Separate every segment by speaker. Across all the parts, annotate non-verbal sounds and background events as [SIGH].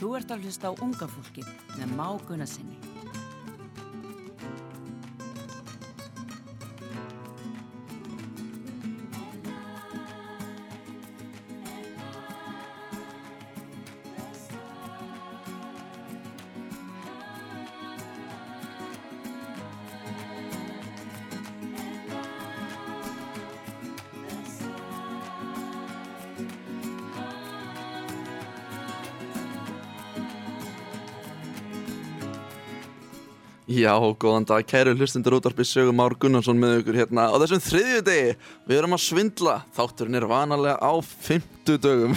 Speaker 1: Þú ert að hlusta á unga fólkið með Má Gunnarsinni.
Speaker 2: Já, góðan dag, kæru hlustendur útarpi Sögum Már Gunnarsson með ykkur hérna á þessum þriðju degi, við erum að svindla þátturinn er vanalega á fymtu dögum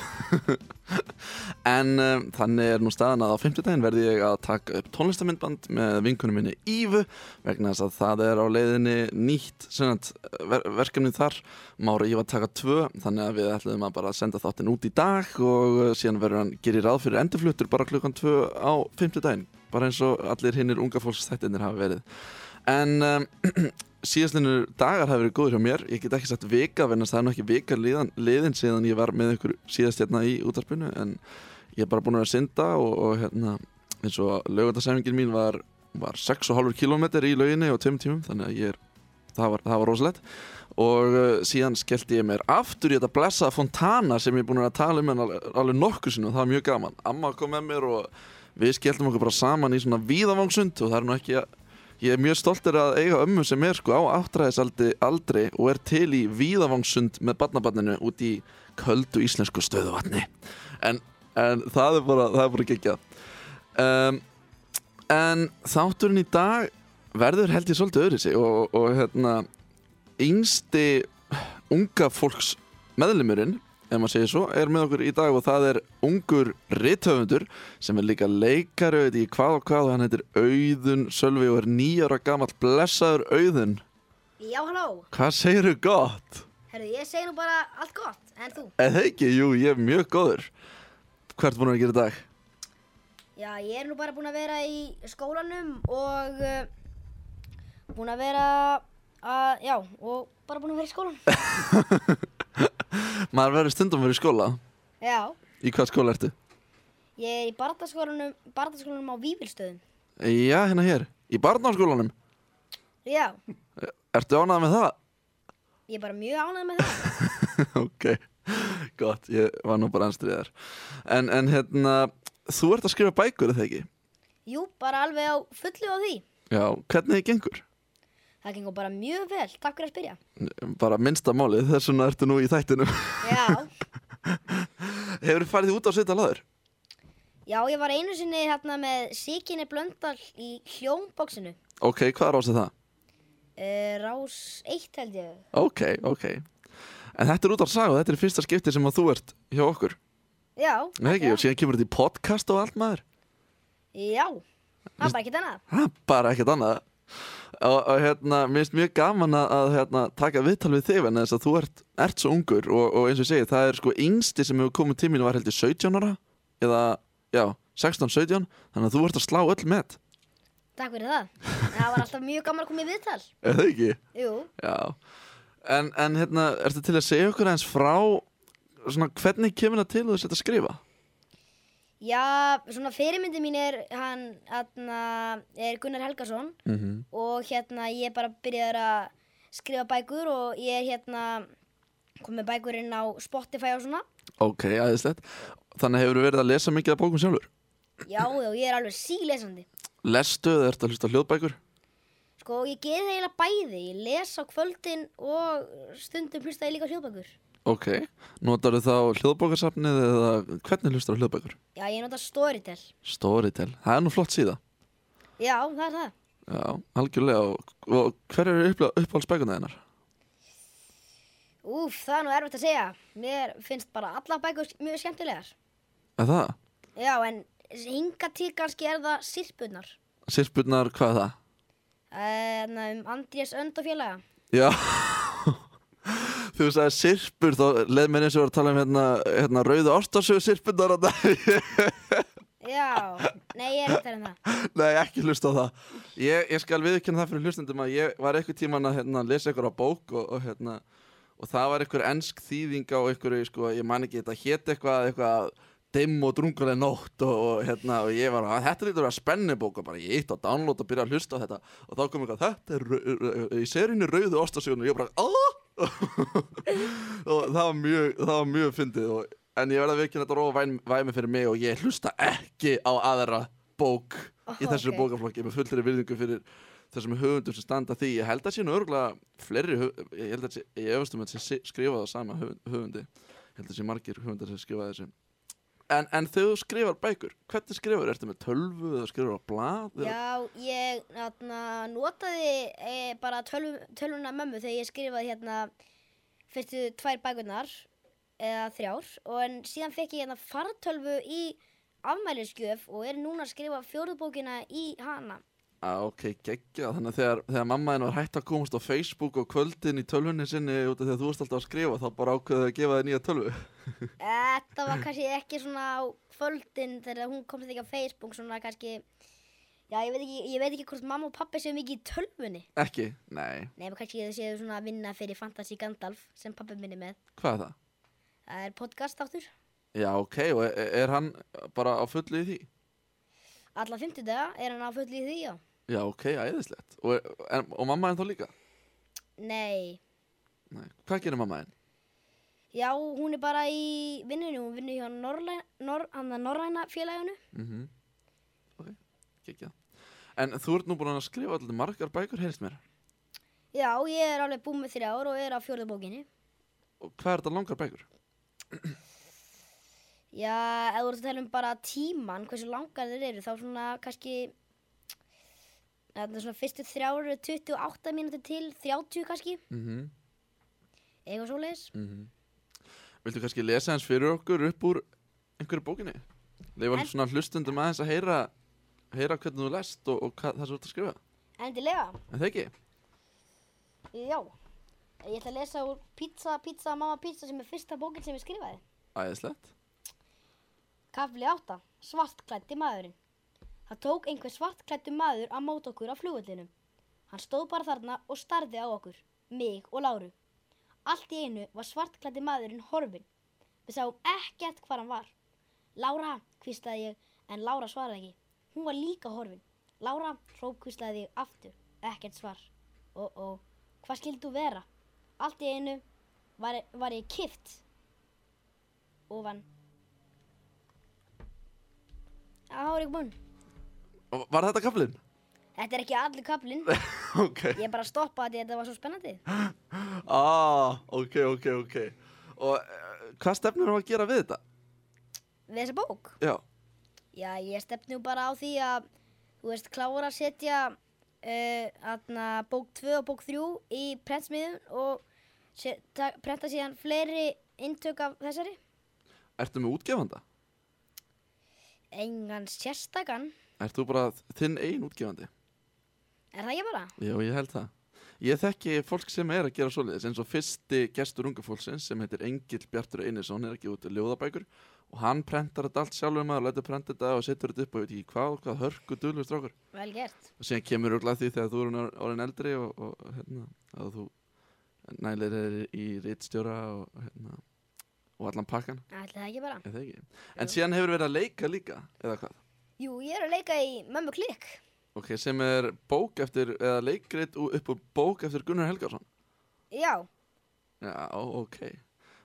Speaker 2: [LAUGHS] en um, þannig er nú staðan að á fymtu daginn verði ég að taka upp tónlistamindband með vinkunum minni Ívu vegna þess að það er á leiðinni nýtt senat, ver verkefni þar Mára Íva taka tvö, þannig að við ætlum að bara senda þáttinn út í dag og uh, síðan verður hann gerir ráð fyrir endurfluttur bara klukkan tvö á fymtu daginn bara eins og allir hinnir unga fólks þættinir hafa verið en um, [CLEARS THROAT] síðastlinnur dagar hafa verið góður hjá mér ég get ekki sagt vika vegna það er nú ekki vika liðan, liðin síðan ég var með ykkur síðast hérna í útarpinu en ég er bara búin að vera að synda og, og hérna eins og lögundasæfingin mín var, var 6,5 km í löginni á 2 tímum þannig að ég er það var, það var rosalegt og uh, síðan skellti ég mér aftur í þetta blessaða fontana sem ég er búin að tala um en alveg, alveg nokkuð sinu og það var mjög gaman amma kom með mér og við skelltum okkur bara saman í svona víðavangsund og það er nú ekki að ég er mjög stoltur að eiga ömmu sem er sko á áttræðisaldri aldri og er til í víðavangsund með barnabarninu út í köldu íslensku stöðuvatni en, en það er bara, það er bara geggjað um, en þátturinn í dag verður held ég svolítið öðru sig og, og hérna yngsti unga fólks meðlumurinn ef maður segir svo, er með okkur í dag og það er ungur rithöfundur sem er líka leikarauð í hvað og hvað og hann heitir Auðun Sölvi og er nýjara gamall blessaður Auðun
Speaker 3: Já, halló,
Speaker 2: Hvað segirðu gott?
Speaker 3: herru, ég segi nú bara allt gott, en þú?
Speaker 2: Eða ekki, jú, ég er mjög góður Hvert búin að gera í dag?
Speaker 3: Já, ég er nú bara búin að vera í skólanum og uh, búin að vera að, já, og bara búin að vera í
Speaker 2: [LAUGHS]
Speaker 3: skólanum.
Speaker 2: Maður verður stundum verið í skóla
Speaker 3: já,
Speaker 2: Í hvað skóla ertu?
Speaker 3: ég er í barðaskólanum, barðaskólanum á Vífilstöðum.
Speaker 2: Já, hérna hér, í barnáskólanum
Speaker 3: Já,
Speaker 2: Ertu ánað með það?
Speaker 3: ég er bara mjög ánægð með það.
Speaker 2: ok, gott, ég var nú bara anstriðar en, en hérna, þú ert að skrifa bækur eða ekki?
Speaker 3: Jú, bara alveg á fullu á því.
Speaker 2: Já, hvernig gengur?
Speaker 3: Það gengur bara mjög vel, takk fyrir að spyrja.
Speaker 2: Bara minnsta málið, þess vegna ertu nú í þættinum
Speaker 3: Já,
Speaker 2: Hefur farið út á svita laður?
Speaker 3: já, ég var einu sinni hérna með Sikinni Blöndal í hljómbóksinu.
Speaker 2: Ok, hvað er ásið það?
Speaker 3: Uh, rás 1 held ég.
Speaker 2: Ok, ok En þetta er út á sagu, þetta er fyrsta skipti sem að þú ert hjá okkur
Speaker 3: Já.
Speaker 2: Nei ekki, og síðan kemur þetta í podcast og allt maður
Speaker 3: Já, það er bara ekkert annað.
Speaker 2: Það er bara ekkert annað og, og hérna, mér finnst mjög gaman að- að hérna, taka viðtal við þig en þess að þú ert, ert svo ungur og, og eins og ég segi, það er sko yngsti sem hefur komið til mín var heldur 17 ára eða, já, 16-17 þannig að þú ert að slá öll með
Speaker 3: Takk fyrir það. Það var alltaf mjög gaman að koma í viðtal.
Speaker 2: eða ekki?
Speaker 3: Jú,
Speaker 2: Já En, en hérna, ertu til að segja okkur aðeins frá svona, hvernig kemur það til að þú sett að skrifa?
Speaker 3: já, svona fyrirmyndi mín er hann, aðna, er Gunnar Helgason
Speaker 2: Mm -hmm.
Speaker 3: og hérna ég er bara byrjaður að skrifa bækur og ég er hérna kom með bækur inn á Spotify og svona.
Speaker 2: Ok, aðeinslegt Þannig hefur verið að lesa mikið af bókum sjálfur
Speaker 3: Já, já, ég er alveg sílesandi.
Speaker 2: Lestu eða ertu að hlusta á hljóðbækur?
Speaker 3: Sko, ég geði eiginlega bæði. Ég les á kvöldin og stundum hlusta ég líka á hljóðbækur.
Speaker 2: Ok, notarðu þá hljóðbókarsafnið eða hvernig hlustar á hljóðbækur?
Speaker 3: Já, ég nota Storytel.
Speaker 2: Storytel, það er nú flott síða
Speaker 3: Já, það er það.
Speaker 2: Já, algjörlega og, og hver eru upp, uppáhaldsbækuna þennar?
Speaker 3: Úf, það er nú erfitt að segja. Mér finnst bara alla bækur mjög skemmtilegar.
Speaker 2: Er það?
Speaker 3: Já, en hinga til kannski er það sirpunar.
Speaker 2: Sirpurnar, hvað er það?
Speaker 3: En um Andrés önd og félaga.
Speaker 2: Já [LAUGHS] Þú sagði sirpur, þá leið mér eins og var að tala um hérna, hérna rauðu ástarsögu sirpurnar að [LAUGHS]
Speaker 3: Já, nei, ég er eftir en það.
Speaker 2: Nei, ekki hlusta á það. Ég, ég skal viðkynna það fyrir hlustendum að ég var eitthvað tíman að hérna, lesa eitthvað á bók og, og, hérna, og það var eitthvað ensk þýðing á eitthvað, sko, ég man ekki, þetta hét eitthvað, eitthvað dimm og drungaleg nótt og, og, hérna, og ég var að þetta lítur að spenni bóka bara ég eitt á download og byrja að hlusta á þetta og þá kom eitthvað þetta er rau- rau- rau- í seríunni rauðu ástasjónu og ég bara aah [LAUGHS] og það var mjög, það var mjög fyndið og, en ég verða vikinn að þetta róa væm- væmi fyrir mig og ég hlusta ekki á aðra bók í
Speaker 3: Ó,
Speaker 2: þessari
Speaker 3: ókei.
Speaker 2: bókaflokki með fullri virðingu fyrir þessum höfundum sem standa að því ég held að sé nú örgulega fleiri höf- ég held að sé, ég efast um að sé skrifað á sama höfund, höfundi ég held að sé margir höfundar sem skrifaði þessu en, en þegar þú skrifar bækur hvernig skrifar, ertu með tölvu eða skrifar á blað eða-
Speaker 3: Já, ég atna, notaði e, bara tölv, tölvuna mömmu þegar ég skrifaði hérna fyrstu tvær bækurnar eða þrjár og en síðan fekk ég hérna fartölvu í afmælisgjöf og er núna að skrifa fjóruðbókina í hana.
Speaker 2: Ah, ok, geggja, þannig að þegar, þegar mamma henn var hægt að komast á Facebook og kvöldin í tölvunni sinni út af því að þú varst alltaf að skrifa þá bara ákveðið að gefa þér nýja tölvu
Speaker 3: Þetta var kannski ekki svona á kvöldin þegar hún komst ekki á Facebook svona kannski, já ég veit ekki, ég veit ekki hvort mamma og pappi séu mikið í tölvunni.
Speaker 2: Ekki, nei,
Speaker 3: Nei, en kannski þau séu svona að vinna fyrir Fantasy Gandalf sem pappi minni með.
Speaker 2: hvað er það?
Speaker 3: Það er podcast áttur.
Speaker 2: Já, ok, og er, er hann bara á fullu í því?
Speaker 3: Alla 50 er hann á fullu í því, já.
Speaker 2: Já, ok, æðislegt Og, er- en, og mamma henn þá líka?
Speaker 3: Nei.
Speaker 2: Nei, hvað gerir mamma henn?
Speaker 3: Já, hún er bara í vinnunni, hún vinnur hjá Norræna, nor, hann að Norræna félaginu.
Speaker 2: Mm Ok, geggja En þú ert nú búin að skrifa alltaf margar bækur, heyrst mér
Speaker 3: Já, ég er alveg búin með þrjár og er á fjórðu bókinni.
Speaker 2: Og hvað er þetta langar bækur?
Speaker 3: Já, ef þú ert að tala um bara tíman, hversu langar þeir eru, þá svona kannski, þetta svona fyrstu þrjár eru 28 mínútur til 30 kannski,
Speaker 2: Mm -hmm.
Speaker 3: eitthvað svoleiðis.
Speaker 2: Viltu kannski lesa hans fyrir okkur upp úr einhverju bókinni? Leifar
Speaker 3: En-
Speaker 2: svona hlustundum aðeins að heyra, heyra hvernig þú lest og, og hvað, það sem þú ert að skrifa.
Speaker 3: Endilega,
Speaker 2: En það ekki?
Speaker 3: já, ég ætla að lesa úr Pizza, Pizza, Mamma Pizza sem er fyrsta bókin sem ég skrifaði.
Speaker 2: Æðislegt.
Speaker 3: Kafli 8. Svartklætti maðurinn. Það tók einhver svartklættu maður að móta okkur á flugullinum. Hann stóð bara þarna og starði á okkur, mig og Láru. Allt í einu var svartklætti maðurinn horfinn. Við sáum ekkert hvar hann var. Lára, hvíslaði ég, en Lára svaraði ekki. Hún var líka horfinn. Lára, hrópkvíslaði ég aftur. Ekkert svar. Ó, ó, hvað skildu vera? Allt í einu var, var ég kift. Ofan Það var ekki búinn.
Speaker 2: Og Var þetta kaflinn? [LAUGHS]
Speaker 3: Þetta er ekki allir kaplinn.
Speaker 2: ok.
Speaker 3: Ég bara stoppaði því að þetta var svo spennandi.
Speaker 2: Ah, ok, ok, ok. Og uh, hvað stefnir þú að gera við þetta?
Speaker 3: Við þessa bók.
Speaker 2: Já.
Speaker 3: Já, ég stefni nú bara á því að, þú veist, klára að setja uh, atna, bók 2 og bók 3 í prentsmiðun og set, ta, prenta síðan fleiri inntök af þessari.
Speaker 2: Ertu með útgefanda?
Speaker 3: Engan sérstakann,
Speaker 2: Ert þú bara þinn einn útgefandi?
Speaker 3: er það ekki bara?
Speaker 2: Jú, ég held það. Ég þekki fólk sem er að gera svoleiðis eins og fyrsti gestur unga fólksins sem heitir Engil Bjartur Einarsson er ekki út ljóðabækur og hann prentar þetta allt sjálfur maður, lætur prenta þetta og setur þetta upp og ég veit ekki hvað, og hvað hörku duðlust strákur.
Speaker 3: Vel gert.
Speaker 2: Og síðan kemur örglega því þegar þú eru orðin eldri og, og hérna, að þú nælir er í rittstjóra og hérna, og allan pakkan,
Speaker 3: Ætli það ekki bara.
Speaker 2: eða ekki. En síðan hefur verið að leika líka, eða hvað?
Speaker 3: Jú, ég er að leika í Mömmu klikk.
Speaker 2: Ok, sem er bók eftir, eða leikrit ú- upp úr bók eftir Gunnar Helgarsson.
Speaker 3: Já,
Speaker 2: Já, ok.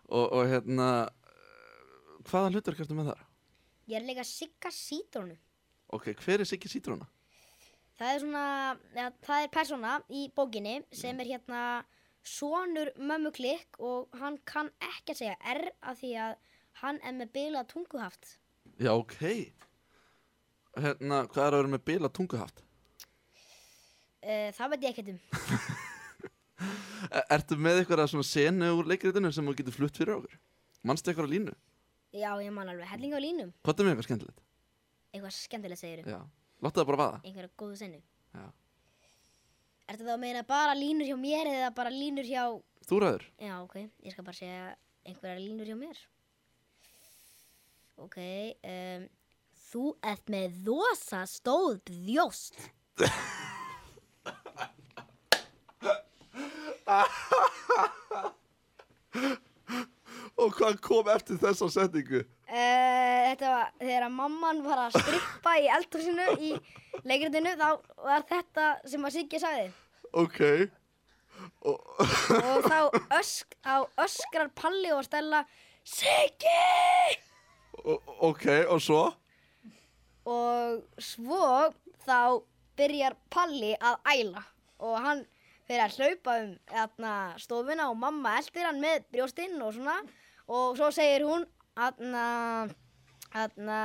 Speaker 2: Og, og hérna, eh, hvaða hlutur kertu með þar?
Speaker 3: ég er að leika Sigga Sítrónu.
Speaker 2: Ok, hver er Siggi Sítróna?
Speaker 3: Það er svona, ja, það er persóna í bókinni sem er hérna sonur mömmu klikk og hann kann ekki að segja R af því að hann er með bila tunguhaft.
Speaker 2: Já, ok. Hérna, hvað er að vera með bila tunguhaft?
Speaker 3: Uh, það veit ég ekkert um.
Speaker 2: E- Ertu með eitthvað svona senu úr leikritinu sem þú getur flutt fyrir okkur? Manstu eitthvað á línu?
Speaker 3: Já, ég man alveg helling á línum.
Speaker 2: Hvað er með eitthvað skemmtilegt?
Speaker 3: Eitthvað skemmtilega segir um.
Speaker 2: Já, láttu það bara vaða.
Speaker 3: Einhverja góðu sennu.
Speaker 2: Já.
Speaker 3: Eh. Ertu þá að meina bara línur hjá mér eða bara línur hjá...
Speaker 2: Þú ræður.
Speaker 3: Já, ok. Ég skal bara segja einhverja línur hjá mér. Ok. Um, þú ert með rosa stóð brjóst.
Speaker 2: Og hvað kom eftir þessa setningu?
Speaker 3: Uh, þetta var þegar að mamman var að strippa í eldhúsinu í leikritinu þá var þetta sem að Siggi sagði
Speaker 2: Ok
Speaker 3: og þá, ösk, þá öskrar Palli og Stella Siggi
Speaker 2: O- Ok, og svo?
Speaker 3: og svo þá byrjar Palli að æla og hann fyrir að hlaupa um þarna, stofuna og mamma eldir hann með brjóstinn og svona og svo segir hún aðna, aðna,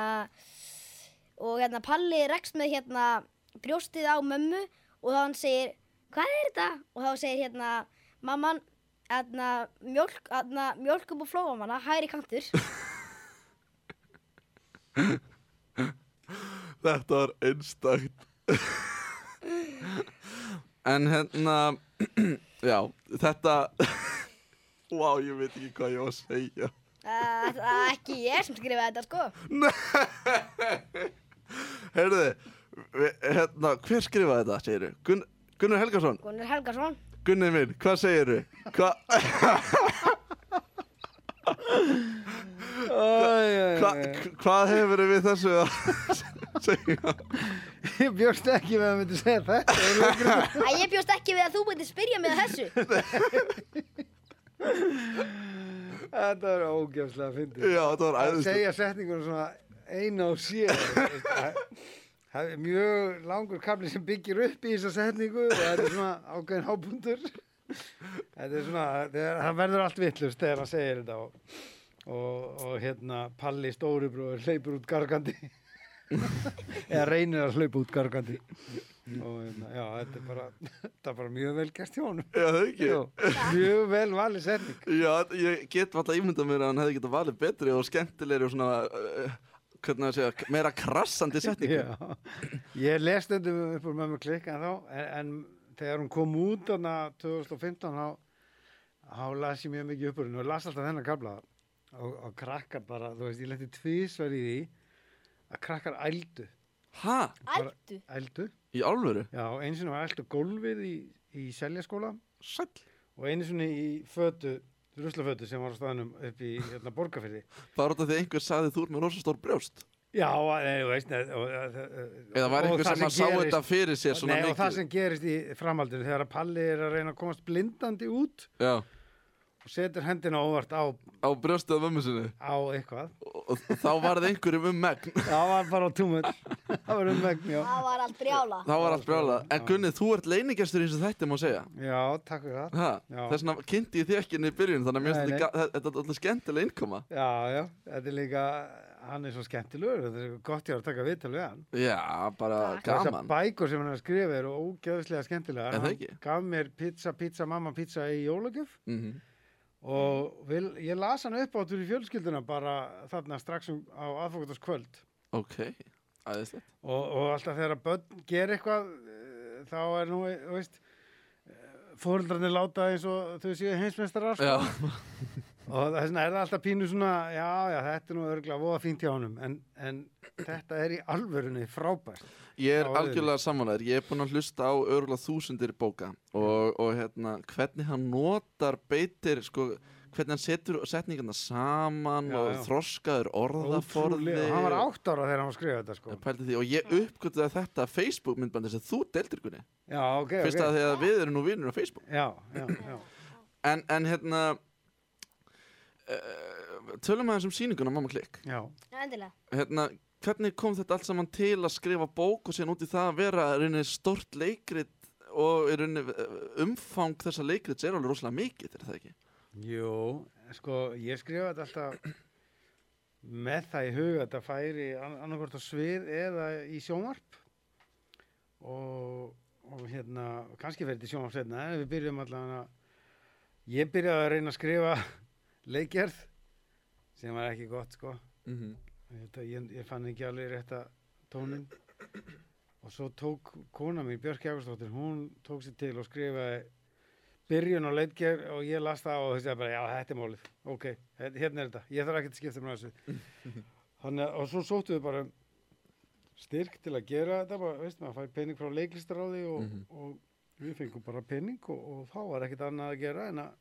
Speaker 3: og hérna Palli rekst með hérna brjóstið á mömmu og þá hann segir hvað er þetta? og þá segir hérna mamman aðna, mjólk, aðna, mjólk upp á flóamanna hægri kantur [LAUGHS]
Speaker 2: Þetta var einstakt En hérna [CLEARS THROAT] Já, þetta [LAUGHS] Vá, ég veit ekki hvað ég var að segja [LAUGHS]
Speaker 3: Uh, það er ekki ég sem skrifaði þetta sko
Speaker 2: Heyrðu, við- hérna, hver skrifaði þetta, segirðu? Gun Gunnar Helgason,
Speaker 3: Gunnar Helgason
Speaker 2: Gunni minn, hvað segirðu? Hvað
Speaker 4: [LAUGHS]
Speaker 2: hva, hvað hefur við þessu að [LAUGHS] segja?
Speaker 4: Ég bjóst ekki með að myndi segja þetta. Ég er lengra.
Speaker 3: Æ, ég bjóst ekki við að þú myndir spyrja mig að
Speaker 2: [LAUGHS]
Speaker 3: þessu
Speaker 4: [LAUGHS] Þetta er ógefslega fyndið.
Speaker 2: Já, þetta var
Speaker 4: Að
Speaker 2: æðist
Speaker 4: segja setningunum svona eina og sér. veist, það- Það er mjög langur kafli sem byggir upp í þessa setningu og þetta er svona ákveðin hábundur. Þetta er svona, þegar, það verður allt vittlust þegar hann segir þetta og, og, og hérna Palli stóribrúður hleypur út gargandi. Eða reynir að hlaupa út gargandi. Og hérna, já, þetta er bara, þetta er bara mjög vel gert hjá honum.
Speaker 2: Já, það ekki
Speaker 4: Jú, Mjög vel valið setning.
Speaker 2: Já, ég get alltaf ímyndað mér að hann hefði getað valið betri og skemmtilegri og svona uh, hvernig að segja, meira
Speaker 4: [LAUGHS]
Speaker 2: krassandi setningu
Speaker 4: Já, ég les þetta upp úr mömmu klikk en þá, en, en þegar hún kom út þarna 2015 þá, þá las ég mjög mikið upp úr henni og las alltaf þennan kabla og, og krakkar bara, þú veist, ég lenti tvísvar í því að krakkar ældu,
Speaker 2: Ha?
Speaker 3: Aldu
Speaker 4: ældu,
Speaker 2: Í alvöru?
Speaker 4: já, og einu sinni var ældu gólfið í, í seljaskóla
Speaker 2: Sæll
Speaker 4: og einu sinni í fötu, ruslafötu sem var á staðnum upp í hérna borgarfyrði.
Speaker 2: Bara út af því að einhver sagði þú ert með rosa stór brjóst
Speaker 4: Já, nei, þú veist, nei, og, og, og,
Speaker 2: Eða var
Speaker 4: og
Speaker 2: einhver
Speaker 4: það
Speaker 2: sem að sá
Speaker 4: gerist-
Speaker 2: þetta fyrir sér svona
Speaker 4: Nei, og það
Speaker 2: mikið
Speaker 4: sem gerist í framhaldinu þegar að Palli er að reyna að komast blindandi út
Speaker 2: Já,
Speaker 4: og setur hendina óvart á,
Speaker 2: á brjóstið af mömmu sinni
Speaker 4: á eitthvað
Speaker 2: og, og þá varð einhverjum um megn
Speaker 4: það var bara too much það var um vegn, já
Speaker 3: Það var allt brjála
Speaker 2: Þá var allt brjóla En Gunni, þú ert leinigestur eins og þetta má segja
Speaker 4: já, takk fyrir það
Speaker 2: Ha,
Speaker 4: Já.
Speaker 2: þess vegna kynnti ég því ekki inn í byrjun þannig að mér
Speaker 4: Nei,
Speaker 2: finnst
Speaker 4: nei.
Speaker 2: þetta ga- þetta er alltaf skemmtileg innkoma
Speaker 4: já, já, þetta er líka hann er svo skemmtilegur, þetta er gott ég var að taka viðtal við hann
Speaker 2: Já, bara
Speaker 3: Takk.
Speaker 2: gaman
Speaker 4: bækur sem hann er að skrifa eru ógeðslega
Speaker 2: Er
Speaker 4: skemmtilegar
Speaker 2: það
Speaker 4: hann
Speaker 2: ekki?
Speaker 4: gaf mér pizza, pizza, mamma, pizza í jólagjöf
Speaker 2: Mhm.
Speaker 4: og vil, ég las hann upp áttur í fjölskylduna bara þarna strax um, á aðfókutaskvöld
Speaker 2: Ok, aðeinslegt
Speaker 4: og, og alltaf þegar að börn ger eitthvað eh, þá er nú, eh, þú veist fóreldrarnir láta eins og þau séu heimsmeistarar sko.
Speaker 2: Já,
Speaker 4: og þess vegna er það alltaf pínu svona já, já, þetta er nú örgulega voða fínt hjá honum en, en þetta er í alvörunni frábært
Speaker 2: [LAUGHS] ég er
Speaker 4: Já,
Speaker 2: algjörlega samanlegar Ég er búinn að hlusta á örgulega þúsundir bóka og, og hérna, hvernig hann notar beitir, sko hvernig hann setur setningarna saman
Speaker 4: Já,
Speaker 2: og
Speaker 4: já.
Speaker 2: þroskaður orðaforði
Speaker 4: Ótrúlega, hann var átt ára þegar hann var að skrifa þetta sko.
Speaker 2: Ég pældi því, og ég uppgötuði þetta Facebook myndbandi sem þú deildir Gunni
Speaker 4: já, ok,
Speaker 2: Fyrst að
Speaker 4: ok
Speaker 2: því að við erum nú vinur á Facebook
Speaker 4: já, já, já,
Speaker 2: En, en hérna uh, Tölum aðeins um sýninguna Mamma Klikk
Speaker 4: já
Speaker 3: Endilega
Speaker 2: hérna, Hvernig kom þetta allt saman til að skrifa bók og síðan út í það að vera rauninni, stort leikrit og í rauninni, eh, umfang þessa leikrits er alveg rosalega mikið, er það ekki?
Speaker 4: jú, sko, ég skrifa þetta alltaf með það í huga að þetta færi annarkvort á svið eða í sjónvarp og, og hérna kannski verið til sjónvarp setna en við byrjum allavega ég byrjaði að reyna að skrifa [LAUGHS] leikgerð sem var ekki gott sko
Speaker 2: Mm -hmm.
Speaker 4: Þetta, ég, ég fann ekki alveg rétta tónin og svo tók kona mín Björk Jákursdóttir, hún tók sér til og skrifaði byrjun og leitgerð og ég las það og þessi að bara já þetta er málið, ok, hér- hérna er þetta ég þarf ekki að skipta mér að þessu Þannig, að- og svo sóttu við bara um styrk til að gera þetta bara, veist maður, fær pening frá leiklistaráði og, og við fengum bara pening og, og þá var ekkert annað að gera en að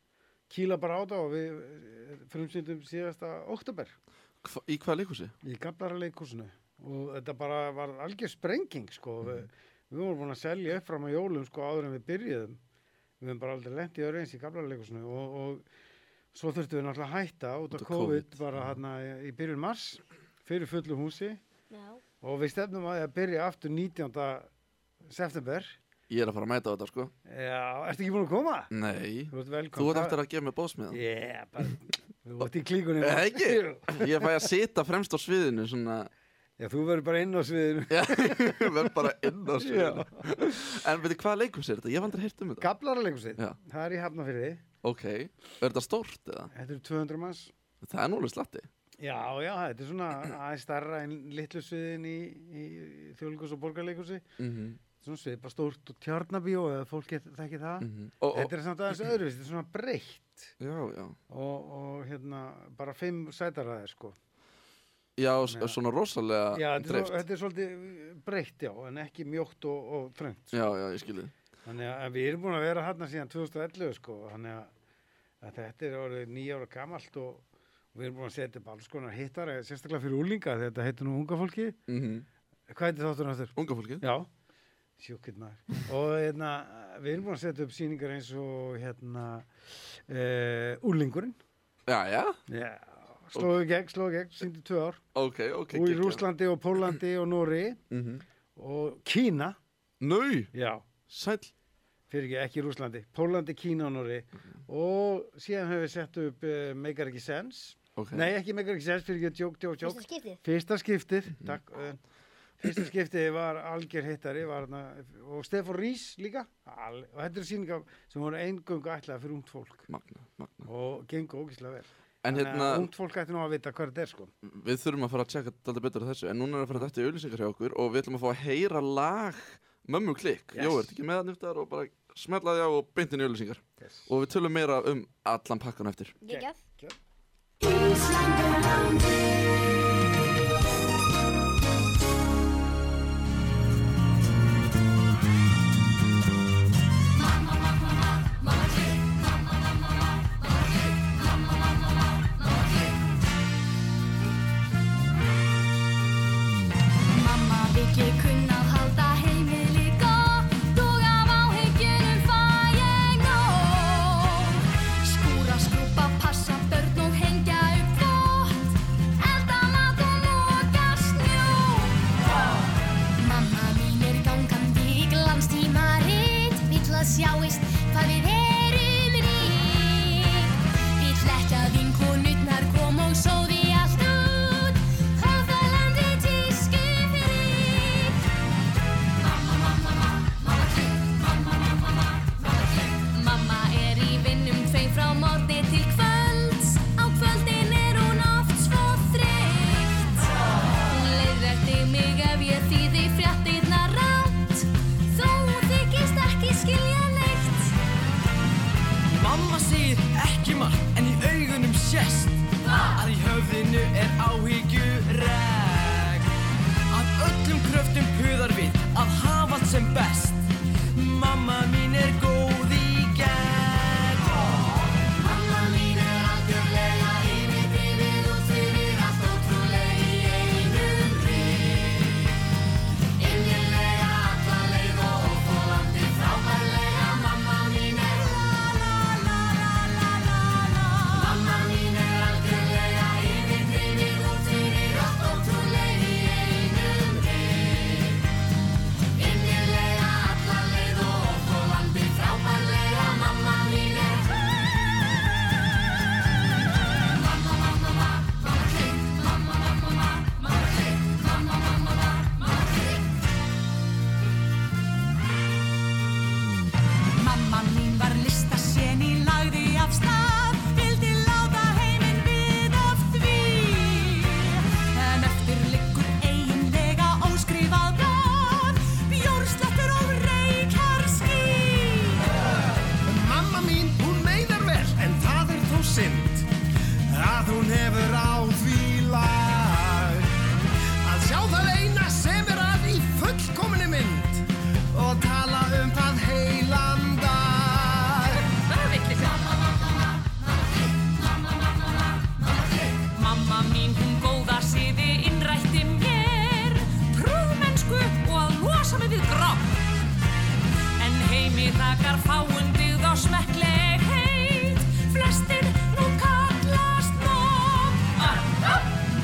Speaker 4: kýla bara á það og við eh, frumsýndum síðasta oktober
Speaker 2: Hva, í hvaða leikhúsi?
Speaker 4: í gablara leikúsinu og þetta bara var algjör sprenging sko.
Speaker 2: Mhm.
Speaker 4: Vi, við vorum búin að selja upp fram á jólum sko áður en við byrjuðum við höfum bara aldrei lent í öðru eins í gablara leikúsinu og, og svo þurftum við náttúrulega að hætta út
Speaker 2: Út
Speaker 4: af
Speaker 2: af
Speaker 4: COVID,
Speaker 2: COVID,
Speaker 4: bara hérna í byrjun mars fyrir fullu húsi
Speaker 3: Já.
Speaker 4: og við stefnum að því að byrja aftur 19. september
Speaker 2: Ég er að fara að mæta á þetta sko
Speaker 4: Já, ertu ekki búin að koma?
Speaker 2: Nei,
Speaker 4: Þú ert velkom
Speaker 2: þú ert eftir að gefa mér bóðsmiðan
Speaker 4: Já,
Speaker 2: [LAUGHS]
Speaker 4: bara Þú ert í klíkunni
Speaker 2: Eða
Speaker 4: núna.
Speaker 2: ekki? Ég fæ að sita fremst á sviðinu svona [LAUGHS]
Speaker 4: Já, þú verður bara inn á sviðinu
Speaker 2: Verð bara inn á sviðinu En veitir hvaða leikhúsi er þetta? Ég hef aldrei heyrt um þetta
Speaker 4: Gablara leikusið
Speaker 2: Já.
Speaker 4: Það er í Hafnafyrði
Speaker 2: Ok, er þetta stórt eða?
Speaker 4: Þetta eru 200 manns
Speaker 2: Það er núlega slatti
Speaker 4: Já, já, þetta er [CLEARS THROAT] svona aðeins starra en litlu sviðin í, í þjóðleikus og borgarleikusi
Speaker 2: mm -hmm.
Speaker 4: Svona svið, bara stórt og tjarnabíó eða fólk get, þekki það
Speaker 2: og, Mhm. og,
Speaker 4: Þetta er samt aðeins öðruvist, þetta er svona breytt
Speaker 2: Já, já
Speaker 4: og, og hérna, bara fimm sætaraðir sko
Speaker 2: Já, s-
Speaker 4: Já.
Speaker 2: svona rosalega
Speaker 4: Já, þetta er,
Speaker 2: dreift
Speaker 4: svo, þetta er svolítið breytt, já, en ekki mjótt og, og þröngt
Speaker 2: Já, já, ég skilði
Speaker 4: Þannig að en við erum búin að vera hérna síðan 2011 sko, þannig að, að þetta er orðið nýja ára gamalt og, og við erum búin að setja upp alls konar hittar, eh, sérstaklega fyrir úlinga, þetta heitir nú unga fólki.
Speaker 2: mm
Speaker 4: Hvað heitir þáttur náttúr?
Speaker 2: Unga fólkið
Speaker 4: Já, sjúkitt maður. Og hérna, við erum búin að setja upp sýningar eins og hérna, e, úlingurinn.
Speaker 2: Já, já,
Speaker 4: Já, slóðu gegn, slóðu gegn, síndi tvö ár.
Speaker 2: ok, ok
Speaker 4: Og í
Speaker 2: geggjað.
Speaker 4: Rúslandi og Pólandi og Nóri
Speaker 2: Mhm.
Speaker 4: og Kína,
Speaker 2: Nau,
Speaker 4: já.
Speaker 2: sæll
Speaker 4: fyrir ekki, ekki Rúslandi, Pólandi, Kína og Nóri og síðan höfum við sett upp uh, Megar ekki sens
Speaker 2: okay.
Speaker 4: nei ekki Megar ekki sens, fyrir ekki Jók, Jók, Jók
Speaker 3: Fyrsta skiptið.
Speaker 4: fyrsta skiptið, takk uh, fyrsta skiptið var algjör hittari var hana, og Stefán Rís líka al, og þetta eru sýningar sem voru eingöngu ætlaða fyrir ungt fólk
Speaker 2: Magna, magna
Speaker 4: og gengur ógislega vel
Speaker 2: En
Speaker 4: Þannig að
Speaker 2: hérna,
Speaker 4: ungt fólk ætti nú að vita hvað þetta er sko
Speaker 2: við þurfum að fara að tjekka alltaf betur á þessu En núna er að fara þetta í auðlýsingar hjá okkur Og við ætlum að fá að heyra lag Mömmu klikk
Speaker 4: Yes.
Speaker 2: Jó, ertu ekki með það nýftar og bara smetla því á og beintin í auðlýsingar
Speaker 4: yes.
Speaker 2: Og við tölum meira um allan pakkan eftir
Speaker 3: Gekkjað.
Speaker 5: Mamma vikir kunnað halda heimili gott og af áhyggjunum fæ ég nóg. Skúra, skrúpa, passa börn og hengja upp þvott, elda mat og moka snjó. Mamma mín er gangandi í glanstímarit, vill að sjáist hvað við erum rík. Vill ekki að vinkonurnar kom og sóði allt út Höfðalandi tísku frík Mamma er í vinnum tveim frá morgni til kvölds Á kvöldin er hún oft svo þreytt Hún leiðrætti mig ef ég þýði fréttirnar rátt Þó hún þykist ekki skilja neitt
Speaker 6: Mamma segir ekki margt en í augunum sést að í höfðinu er áhyggjureg að öllum kröftum puðar við að hafa allt sem best Mamma mín er góð í gegn
Speaker 5: Mamma mín er algjörlega yfirdrifið og fyrir allt ótrúleg í einum rið. Innilega, alla leið og óþolandi, frábærlega. Mamma mín er la-la-la-la-la-la. Mamma mín er algjörlega yfirdrifið og fyrir allt ótrúleg í einum rið. Kannski þakkar fáum byggð á smekkleg heit Flestir nú kallast nóg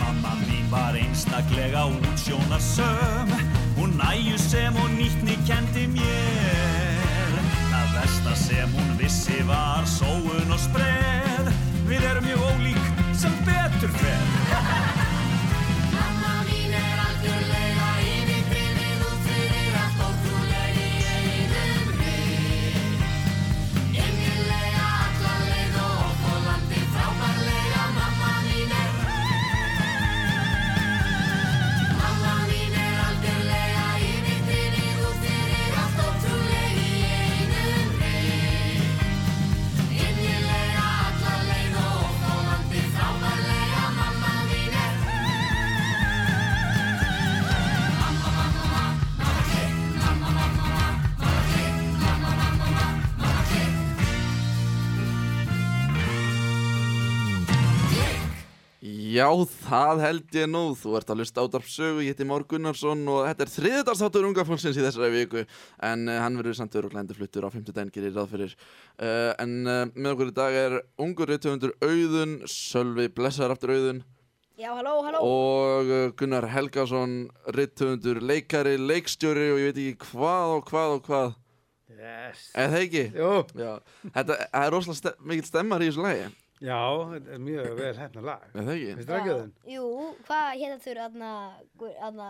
Speaker 7: Mamma mín var einstaklega útsjónarsöm Hún næju sem hún nýttni kendi mér Það versta sem hún vissi var sóun og spreð Við erum mjög ólík sem betur fer
Speaker 5: Mamma mín er algjörlega yfirdrifið út fyrir allt ótrúleg í einum rið Innilega alla leið og óþolandi frábærlega Mamma mín er Mamma mín er algjörlega yfirdrifið út fyrir allt ótrúleg í einum rið Innilega alla leið og óþolandi frábærlega Mamma mín er
Speaker 2: Já, það held ég nú. Þú ert að lusta átarpsögu, ég heiti Már Gunnarsson og þetta er þriðdagsþáttur unga fólksins í þessari viku en uh, hann verður samt örugglega endurfluttur á 50 daginn gerir ég ráð fyrir. Uh, en uh, með okkur í dag er ungur reytöfundur Auðun, Sölvi Blessaður aftur Auðun
Speaker 3: Já, halló, halló.
Speaker 2: og uh, Gunnar Helgason, reytöfundur, leikari, leikstjóri og ég veit ekki hvað og hvað og hvað.
Speaker 4: Yes.
Speaker 2: Er það ekki?
Speaker 4: Jú,
Speaker 2: Já, þetta það er rosalega ste mikil stemmar í þessu lagi,
Speaker 4: já, þetta er mjög vel hefna lag.
Speaker 2: er það ekki?
Speaker 4: Veist það ekki þenn?
Speaker 3: Jú, hvað hérna þurr aðna, aðna,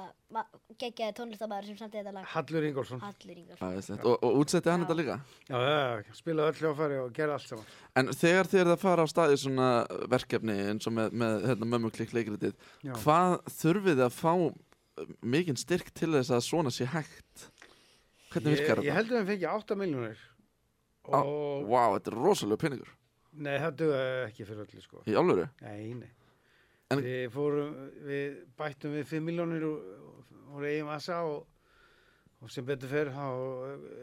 Speaker 3: geggjaði tónlistamæður sem samti þetta lag?
Speaker 4: Hallur Ingolson.
Speaker 3: Allur yngur.
Speaker 2: Það er slett. Og, og útsetti hann þetta líka?
Speaker 4: Já, já, já, spilaði öll hljófari og gerði allt saman.
Speaker 2: En þegar þið eruð að fara á staði svona verkefni eins og með, með hérna, mömmuklikk leikritið,
Speaker 4: Já.
Speaker 2: hvað þurfið þið að fá uh, mikinn styrk til þess að svona sé hægt? Hvernig virkar
Speaker 4: Ég,
Speaker 2: þetta?
Speaker 4: ég heldur að hann fengi 8 miljónir.
Speaker 2: Á, Vá,
Speaker 4: Og
Speaker 2: þetta er rosalega peningur.
Speaker 4: nei, það dugaði ekki fyrir öllu sko.
Speaker 2: Í alvöru?
Speaker 4: Nei, nei.
Speaker 2: En-
Speaker 4: Við, fórum, við bættum við 5 miljónir úr, úr eigin massa og, og sem betur fer þá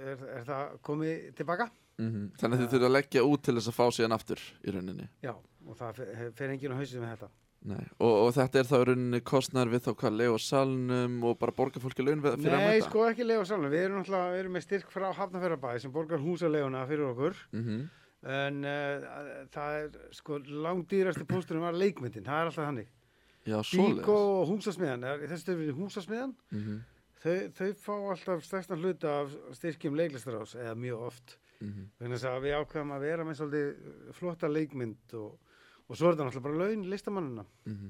Speaker 4: er, er það komið tilbaka. Mhm.
Speaker 2: Þannig að þið þurfið að leggja út til þess að fá síðan aftur í rauninni.
Speaker 4: Já, og það fer, fer enginn á hausið með þetta.
Speaker 2: Nei. Og, og þetta er þá í rauninni kostnar við þá hvað leið og salnum og bara borga fólki laun við- fyrir að
Speaker 4: Nei,
Speaker 2: mæta?
Speaker 4: sko ekki leiða saman. Við erum náttúrulega við erum með styrk frá Hafnarferðarbæði sem borgar húsaleiguna fyrir okkur.
Speaker 2: Mhm.
Speaker 4: En uh, það er sko langdýrasti pósturum var leikmyndin. Það er alltaf hannig.
Speaker 2: Já,
Speaker 4: Bíko
Speaker 2: svoleiðis.
Speaker 4: og húsasmiðan. er- Í þessu stöfum er húsasmiðan.
Speaker 2: Mhm.
Speaker 4: Þau, þau fá alltaf stærstan hluta af styrkjum leiklistaráðs eða mjög oft
Speaker 2: Mhm.
Speaker 4: þannig að við ákveðum að vera með svolítið eh, flotta leikmynd og, og svo er það náttúrulega bara laun listamannina
Speaker 2: Mhm.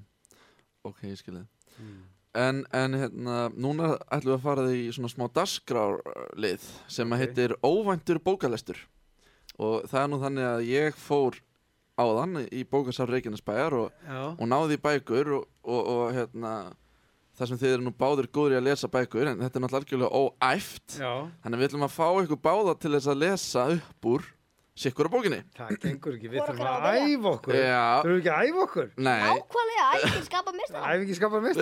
Speaker 2: Ok, ég skilði
Speaker 4: Mm.
Speaker 2: en, en hérna, núna ætlum við að fara því í svona smá dagskrárlið sem að
Speaker 4: Ok.
Speaker 2: heitir Óvæntur bókalestur og það er nú þannig að ég fór áðan í bókasafn Reykjanesbæjar og,
Speaker 4: Já,
Speaker 2: og náði í bækur og, og, og hérna þar sem þið eru nú báðir góðir í að lesa bækur en þetta er náttúrulega algjörlega óæft
Speaker 4: Já
Speaker 2: þannig að við ætlum að fá ykkur báða til þess að lesa upp úr sikkur á bókinni
Speaker 4: það gengur ekki, við
Speaker 3: Hvor okkar
Speaker 4: þurfum
Speaker 3: á
Speaker 4: að
Speaker 3: að byrja?
Speaker 4: æfa okkur
Speaker 2: Já.
Speaker 4: Þurfum við ekki að æfa okkur
Speaker 2: Nei,
Speaker 3: Ákvæðlega, ægir skapa mistara.
Speaker 4: Æf ekki skapar mest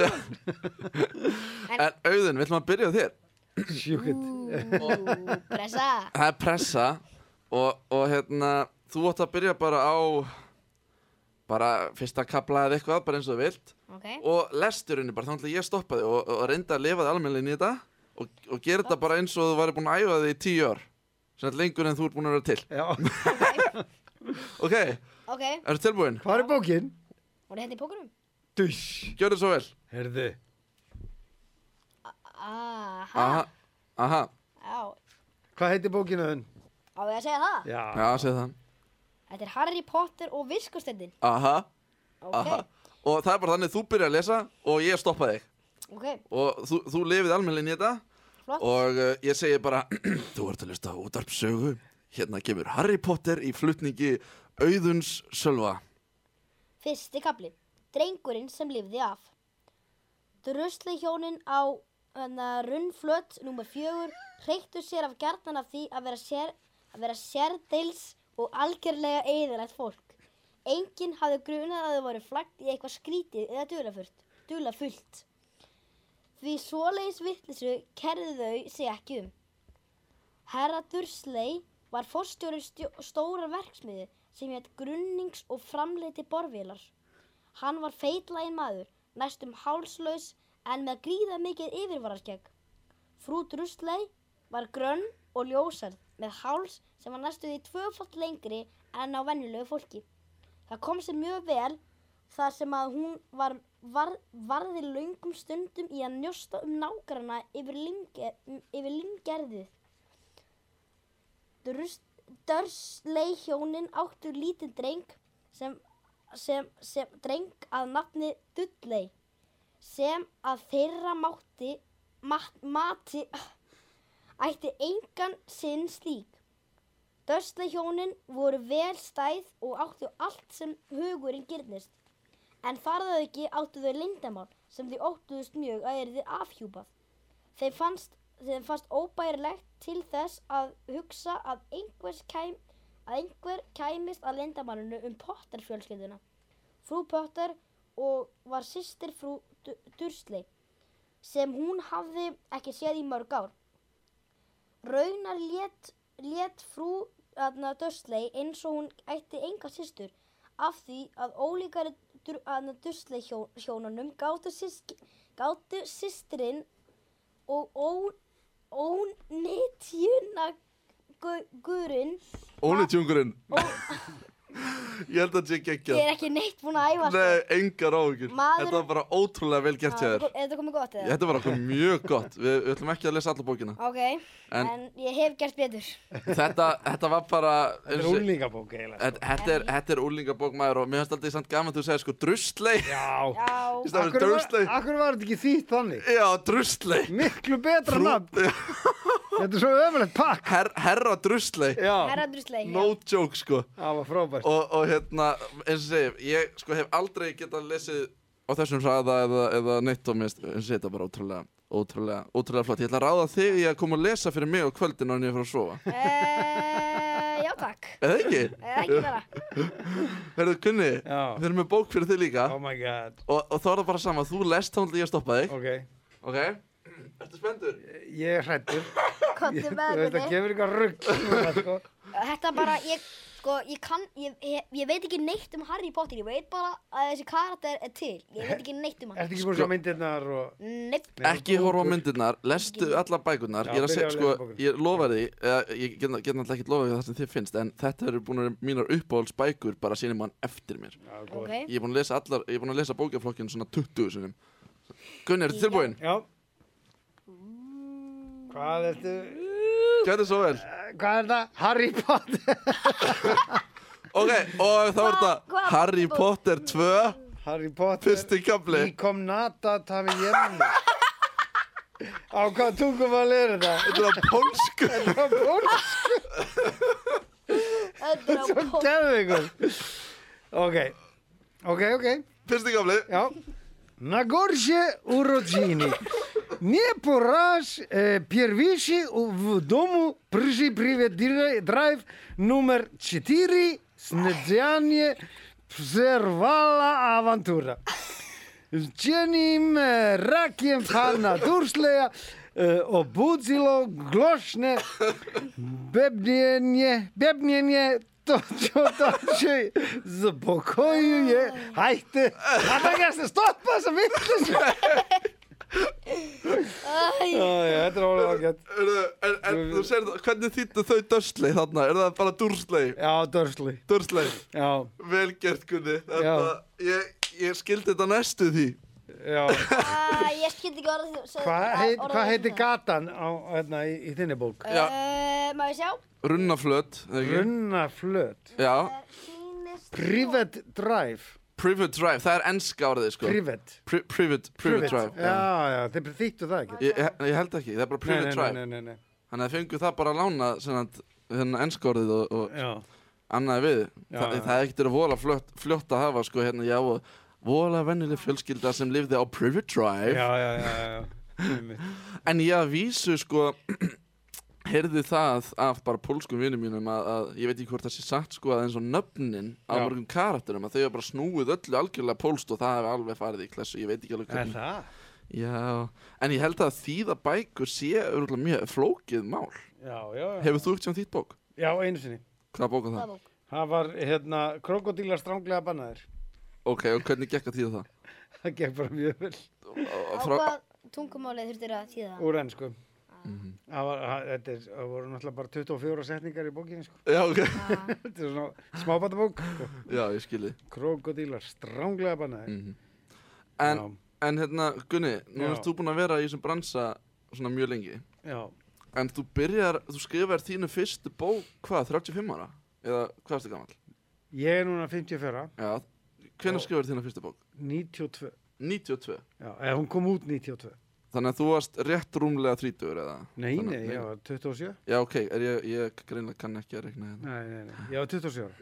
Speaker 2: en auðun, við ætlum að byrja á þér
Speaker 4: Sjúkitt
Speaker 3: Ú, pressa.
Speaker 2: það er pressa og, og hérna, þú átt að byrja bara á bara fyrsta kapla eða eitthvað, bara eins og þú vilt
Speaker 3: Ok,
Speaker 2: og lesturinni bara, þá ætla ég að stoppa þig og, og reynda að lifa þig almennilegin í þetta og, og gera þetta bara eins og þú væri búin að æfa þig í tíu ár sem er lengur en þú ert búin að vera til
Speaker 4: Já,
Speaker 2: ok, ertu
Speaker 3: ok.
Speaker 2: tilbúin?
Speaker 4: hvað er bókin?
Speaker 3: Hún er hérna í pókunum.
Speaker 4: Dush
Speaker 2: Gjör þetta svo vel
Speaker 4: Herðu,
Speaker 3: Aha,
Speaker 2: aha, aha,
Speaker 3: já.
Speaker 4: hvað heitir bókinu þenn?
Speaker 3: Á ég að segja það?
Speaker 4: Já,
Speaker 2: já, segð það
Speaker 3: Þetta er Harry Potter og viskustendin.
Speaker 2: aha,
Speaker 3: Ok,
Speaker 2: aha og það er bara þannig, þú byrjar að lesa og ég stoppa þig
Speaker 3: ok,
Speaker 2: og þú, þú lifið almennilegin í þetta
Speaker 3: flott.
Speaker 2: og uh, ég segi bara [CLEARS THROAT] þú ert að lusta á útarpsögu hérna kemur Harry Potter í flutningi Auðuns Sölva
Speaker 3: Fyrsti kapli. Drengurinn sem lifði af. Drusli hjónin á hana, runnflöt nummer fjögur hreyktu sér af gjarnan af því að vera, sér, að vera sérdeils og algjörlega eðalægt fólk. Enginn hafði grunað að þau voru flaggt í eitthvað skrítið eða dulafullt. dulafullt. Því svoleiðis vittlisu kerðu þau sig ekki um. Herra Dursley var forstjóri stjó- stórar verksmiði sem hétt grunnings og framleiti borvélar. Hann var feitlægin maður, næstum hálslaus en með gríða mikið yfirvararskegg. Frú Dursley var grönn og ljósarð með háls sem var næstu því tvöfalt lengri en á venjulegu fólki. Það kom sér mjög vel þar sem að hún var, var, varði löngum stundum í að njósta um nágrana yfir, limger, yfir limgerðið. Dörslei hjónin áttu lítinn dreng sem, sem, sem dreng að nafni Dullei sem að þeirra mátti mat, mati ætti engan sinn slík. Dörslei hjónin voru vel stæð og áttu allt sem hugurinn gyrnist. En farðað ekki áttu þau lindamál sem þau óttuðust mjög að yrði afhjúpað. Þeim fannst, þeim fannst óbærilegt til þess að hugsa að, einhvers kæm, að einhver kæmist að lindamálinu um Potter-fjölskylduna. Frú Potter og var sýstir frú Du- Dursley sem hún hafði ekki séð í mörg ár. Raunar lét, lét frú aðna, Dursley eins og hún ætti enga systur af því að ólíkari Dur- aðna, Dursley hjón, hjónunum gátu, sísk, gátu systrin og ónitjuna gurinn
Speaker 2: Ónitjungurinn [LAUGHS] Ég held að þetta sé geggjað
Speaker 3: Ég er ekki neitt búin að æfa sko.
Speaker 2: Nei, engar áhugur
Speaker 3: Maður-
Speaker 2: Þetta var bara ótrúlega vel gert hjá
Speaker 3: Já,
Speaker 2: þér
Speaker 3: Er þetta komið gott eða?
Speaker 2: Þetta var okkur mjög gott Við, við ætlum ekki að lesa alla bókina
Speaker 3: Ok,
Speaker 2: En-
Speaker 3: en, ég hef gert betur.
Speaker 2: Þetta, þetta var bara
Speaker 4: Þetta er úlingabók eiginlega. sko.
Speaker 2: Þetta- Þetta er, þetta er úlingabók maður og mér finnst alltaf samt gaman að þú segir sko druslei
Speaker 4: sko. Já.
Speaker 3: Já,
Speaker 2: Í staðan
Speaker 4: Akkur
Speaker 2: fyrir
Speaker 4: var,
Speaker 2: druslei
Speaker 4: akkur var þetta ekki þýtt þannig?
Speaker 2: Já, druslei
Speaker 4: Miklu betra
Speaker 2: Frú-
Speaker 4: nafn. Þetta er svo ömulegt pakk.
Speaker 2: Her, Herra druslei
Speaker 4: Já,
Speaker 3: herra Dursley.
Speaker 2: No joke sko
Speaker 4: það var frábært.
Speaker 2: og, og hérna, eins og segir ég sko hef aldrei getað lesið á þessum hraða eða, eða neitt og mist eins og segir þetta bara ótrúlega ótrúlega, ótrúlega flott, ég ætla að ráða þig í að koma og lesa fyrir mig á kvöldin og nýja fyrir að sofa
Speaker 3: Uh, já, takk.
Speaker 2: eða ekki,
Speaker 3: [LAUGHS] Eh, Ekki bara.
Speaker 2: verður kunni
Speaker 4: Já.
Speaker 2: við erum með bók fyrir þig líka
Speaker 4: Oh my god.
Speaker 2: og, og þá er það bara sama, þú lest þá ætla ég að stoppa þig
Speaker 4: Ok.
Speaker 2: ok, ertu spenntur?
Speaker 4: Ég er hrættur.
Speaker 3: Kottu með
Speaker 4: Þetta
Speaker 3: henni.
Speaker 4: gefur eitthvað rugg. núna, sko.
Speaker 3: Þetta bara, ég, sko, ég kann, ég, ég, ég veit ekki neitt um Harry Potter. Ég veit bara að þessi karakter er til. Ég veit ekki neitt um hann.
Speaker 4: Ertu ekki búin að sjá myndirnar og...
Speaker 3: Neitt.
Speaker 4: Nei,
Speaker 2: ekki
Speaker 4: bókur.
Speaker 2: horfa á myndirnar, lestu alla bækurnar
Speaker 4: Já,
Speaker 2: ég er að
Speaker 4: byrja
Speaker 2: segja,
Speaker 4: að
Speaker 2: sko,
Speaker 4: lesa bókina.
Speaker 2: ég lofa því eða, ég get get náttúrulega ekki lofa því það sem þið finnst en þetta eru búin að vera mínar uppáhalds bækur bara sínum hann eftir mér
Speaker 4: Já, góð.
Speaker 3: Ok.
Speaker 2: ég er búin að lesa allar, ég er búin að lesa bókaflokkin svona 20 sinum Gunni, ertu tilbúin?
Speaker 4: Já. Hvað ertu...
Speaker 2: Gæti svo vel
Speaker 4: Hvað er það? Harry Potter.
Speaker 2: Ok, og þá er þetta
Speaker 3: hvað-
Speaker 2: Harry Potter 2
Speaker 4: Harry Potter.
Speaker 2: Fyrsti kafli
Speaker 4: Í kom nata tafi jemni. Á hvað tungum að lera þetta?
Speaker 2: Þetta er á pólsku
Speaker 4: [LAUGHS] Hvað bór?
Speaker 3: Þetta er á [LAUGHS]
Speaker 4: Svo
Speaker 3: pól.
Speaker 4: gefðu ykkur. Ok. Ok, ok.
Speaker 2: Fyrsti kafli
Speaker 4: Já. Nagorje urodzini. Не пораж э, первиши в дому прыжи привет дира- драйв номер 4 снедзяние взорвала авантура. Čenim eh, rakijem Hana Dursleja eh, obudilo glošne bebnjenje, bebnjenje točo toče zabokoju je, hajte, a da ga se stopa sa vitlis. Já, þetta er alveg ágætt.
Speaker 2: Hörðu, En, en þú segir það, hvernig þýttu þau dörslei þarna? Er það bara durslei?
Speaker 4: Já, dörsli.
Speaker 2: Dörslei,
Speaker 4: Já,
Speaker 2: vel gert Gunni Þetta, ég, ég skildi þetta næstu því
Speaker 4: já.
Speaker 3: Ah, Ég skildi ekki orðið þú.
Speaker 4: Hvað heit, hva heitir gatan á, hérna, í, í þinni
Speaker 3: E.
Speaker 4: bók?
Speaker 2: Já.
Speaker 3: Eh, Má ég sjá?
Speaker 2: Runnaflöt eða ekki?
Speaker 4: Runnaflöt.
Speaker 2: Já,
Speaker 3: Sýnist-
Speaker 4: Privet Drive.
Speaker 2: private drive, það er enska orðið sko
Speaker 4: Privet.
Speaker 2: Pri private, private drive
Speaker 4: Já, já, þeir þýttu það ekki.
Speaker 2: Ég, ég- ég held ekki, það er bara
Speaker 4: Nei,
Speaker 2: private
Speaker 4: nei,
Speaker 2: drive
Speaker 4: Nei, nei, nei, nei.
Speaker 2: Þannig að fengu það bara að lána þennan, þennan ennskórið og, og
Speaker 4: Já.
Speaker 2: annaði við.
Speaker 4: Já,
Speaker 2: það,
Speaker 4: já.
Speaker 2: það er ekkert verið vola fljótt, fljótt að hafa, sko, hérna, já, og vola vennileg fjölskylda sem lifði á Private Drive.
Speaker 4: já, já,
Speaker 2: [LAUGHS]
Speaker 4: já, já. Einmitt.
Speaker 2: En ég að vísu, sko, [CLEARS THROAT] heyrði það af bara pólskum vinnum mínum að, að, ég veit ekki hvort það sé satt, sko, að eins og nöfnin af
Speaker 4: Já.
Speaker 2: mörgum karakterum, að þau hafa bara snúið öllu algjörlega pólst og það hefur alveg farið í klessu, ég veit ekki alveg
Speaker 4: Er
Speaker 2: hvernig.
Speaker 4: það?
Speaker 2: Já, en ég held að þýða bækur sé örugglega mjög flókið mál.
Speaker 4: Já, já, já.
Speaker 2: Hefur þú ekkert sem þýtt bók?
Speaker 4: Já, einu sinni.
Speaker 2: Hvaða bók er
Speaker 3: Það
Speaker 2: það?
Speaker 3: bók.
Speaker 4: Það var, hérna, krokodílar stránglega bannaðir. [LAUGHS]
Speaker 2: Ok, og hvernig gekk að þýða það?
Speaker 4: Það gekk bara mjög vel.
Speaker 2: Og-
Speaker 3: Á
Speaker 2: og Frá,
Speaker 3: hvað tungumáli þurftir að þýða?
Speaker 4: Úr enn, sko.
Speaker 3: Ah,
Speaker 2: Mhm.
Speaker 4: Það var, það- þetta er, það voru náttúrulega bara 24 setningar í bókinni sko. [LAUGHS]
Speaker 2: Já, ok, [LAUGHS]
Speaker 4: Þetta er svona smábatabók sko.
Speaker 2: já, ég skilji
Speaker 4: Krokodílar, stránglega bannaði
Speaker 2: Mhm. en, en hérna, Gunni, nú
Speaker 4: Já.
Speaker 2: ert þú búin að vera í þessum bransa svona mjög lengi
Speaker 4: Já,
Speaker 2: En þú byrjar, þú skrifar þínu fyrstu bók, hvað, 35 ára? Eða hvað ertu gamall?
Speaker 4: ég er núna 54
Speaker 2: Já, hvenær
Speaker 4: Já.
Speaker 2: skrifar þínu fyrstu bók?
Speaker 4: 92
Speaker 2: 92
Speaker 4: Já, eða hún kom út 92
Speaker 2: Þannig að þú varst rétt rúmlega 30 eða?
Speaker 4: Nei,
Speaker 2: Þannig-
Speaker 4: nei, ég var 27
Speaker 2: Já, ok, er ég, ég greinlega kann ekki að regna hérna.
Speaker 4: Nei, nei, nei, ég var 27 ára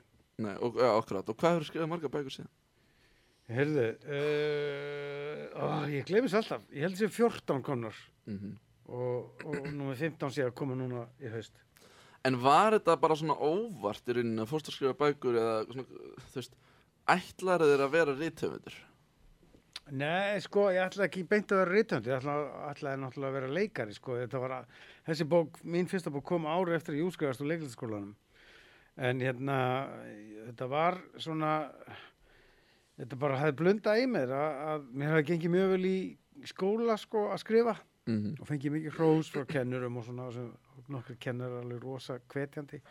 Speaker 2: Nei, og, já, akkurat, og hvað hefur skrifað marga bækur síðan?
Speaker 4: Herðu, uh, ó, ég glemis alltaf Ég held sér 14 konar
Speaker 2: Mm
Speaker 4: Mhm. og, og númer 15 sé að koma núna í haust
Speaker 2: En var þetta bara svona óvart í rauninni að fórst að skrifa bækur eða svona, þú veist, ætlaðu þeir að vera rithöfundur?
Speaker 4: Nei, sko, ég ætlaði ekki beint að vera reytönd, ég ætlaði, ætlaði náttúrulega að vera leikari, sko, þetta var að, þessi bók, mín fyrsta bók kom ári eftir að ég útskrifast úr leiklæðskólanum, en hérna, þetta var svona, þetta bara hafði blundað í mér að, að mér hafði gengið mjög vel í skóla, sko, að skrifa
Speaker 2: Mm
Speaker 4: og fengið mikið hrós frá kennurum og svona sem nokkur kennur alveg rosa hvetjandi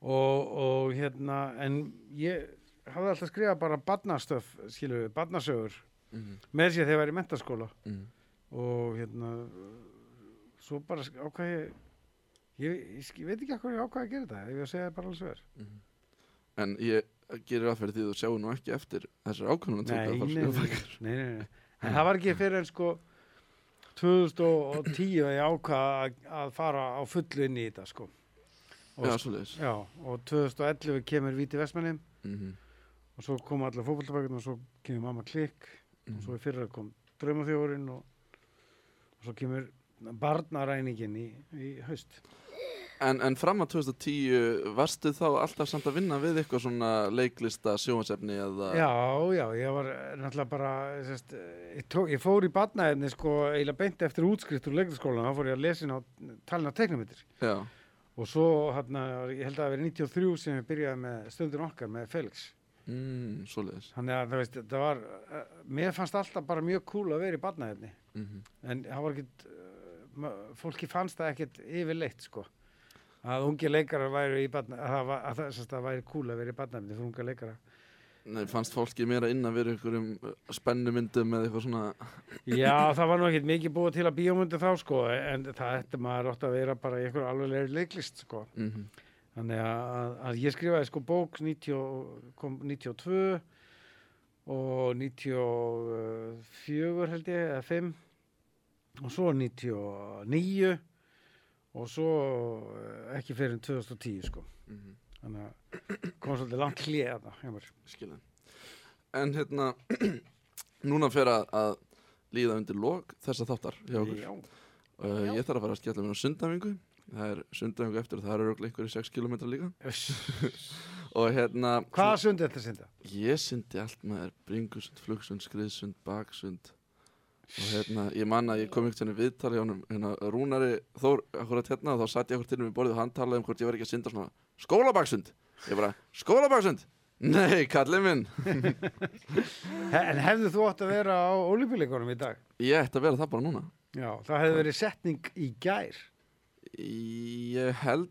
Speaker 4: og, og hérna en ég hafði alltaf skrifað bara barnastöf, skilur við, barnasögur
Speaker 2: Mhm.
Speaker 4: með sér þegar ég var í mentaskóla
Speaker 2: Mhm.
Speaker 4: og hérna svo bara sk- ákvað ég ég, ég, sk- ég veit ekki hvað ég ákvað að gera þetta ef ég á að segja það bara alveg svo er
Speaker 2: En ég gerir aðferð því þú sjáu nú ekki eftir þessar ákvæmuna
Speaker 4: nei, nei,
Speaker 2: skrifa
Speaker 4: nei,
Speaker 2: bækur.
Speaker 4: nei, nei,
Speaker 2: [LAUGHS]
Speaker 4: nei. en það var ekki fyrir en sko 2010 að ég ákvað að, að fara á fullu inn í þetta sko og,
Speaker 2: Já, svoleiðis.
Speaker 4: já, og 2011 kemur Víti Vestmannum
Speaker 2: Mm
Speaker 4: og svo kom allar fótbolltabækurinn og svo kemur Mamma Klikk
Speaker 2: Mm.
Speaker 4: og svo í fyrra kom Draumaþjóðurinn og, og svo kemur barnaræningin í, í haust
Speaker 2: En, en fram að 2010 varstu þá alltaf samt að vinna við eitthvað svona leiklista sjóhansefni eða
Speaker 4: Já, já, ég var eh, náttúrulega bara, sest, eh, ég, tó, ég fór í barnaefni sko eiginlega beint eftir útskrift úr leiknaskólan, þá fór ég að lesa inn á talin á teknumitir
Speaker 2: Já.
Speaker 4: og svo hérna, ég held að það hafi verið 93 sem ég byrjaði með stundin okkar með Felix.
Speaker 2: Mm, svoleiðis
Speaker 4: Þannig að það veist, það var, eh, mér fannst alltaf bara mjög cool að vera í barnaefni
Speaker 2: mm
Speaker 4: en það var ekkit, eh, ma- fólki fannst það ekkit yfirleitt sko að ungi leikarar væri í barna, að það, var- að það, sest, það væri cool að vera í barnaefni fyrir unga leikara.
Speaker 2: Nei, fannst fólki meira inn að vera einhverjum uh, spennumyndum eða eitthvað svona
Speaker 4: Já, það var nú ekkert mikið búið til að bíómyndu þá sko, en það ætti maður átt að vera bara í einhverju alveglegri leiklist sko.
Speaker 2: mm
Speaker 4: Þannig að, að, að ég skrifaði sko bók 90, og- kom 92 og 94 held ég, eða 5 og svo 99 og svo eh, ekki fyrir en 2010 sko.
Speaker 2: Mhm.
Speaker 4: Þannig að kom svolítið langt hlið að það, heimur.
Speaker 2: Skilin En hérna [CLEARS THROAT] Núna fer að, að líða undir lok þessa þáttar hjá okkur
Speaker 4: Já,
Speaker 2: uh, Ég þarf að fara að skella mér á sundafingu Það er sundafingu eftir og það eru okkur einhverju 6 km líka Og hérna
Speaker 4: Hvaða sund er þetta senda?
Speaker 2: Ég syndi allt með þér, bringusund, flugsund, skriðsund, baksund og hérna, ég man að ég kom ykkur til henni viðtali á honum, hérna, Rúnari Þór, akkurat hérna, og þá satt ég akkurat til henni við borðið og hann talaði um hvort ég var ekki að synda svona skólabaksund, ég bara, skólabaksund nei, kallið minn
Speaker 4: He en hefðu þú átt að vera á olimpíuleikunum í dag?
Speaker 2: ég ætti að vera það bara núna
Speaker 4: Já, það hefði verið setning í gær.
Speaker 2: ég held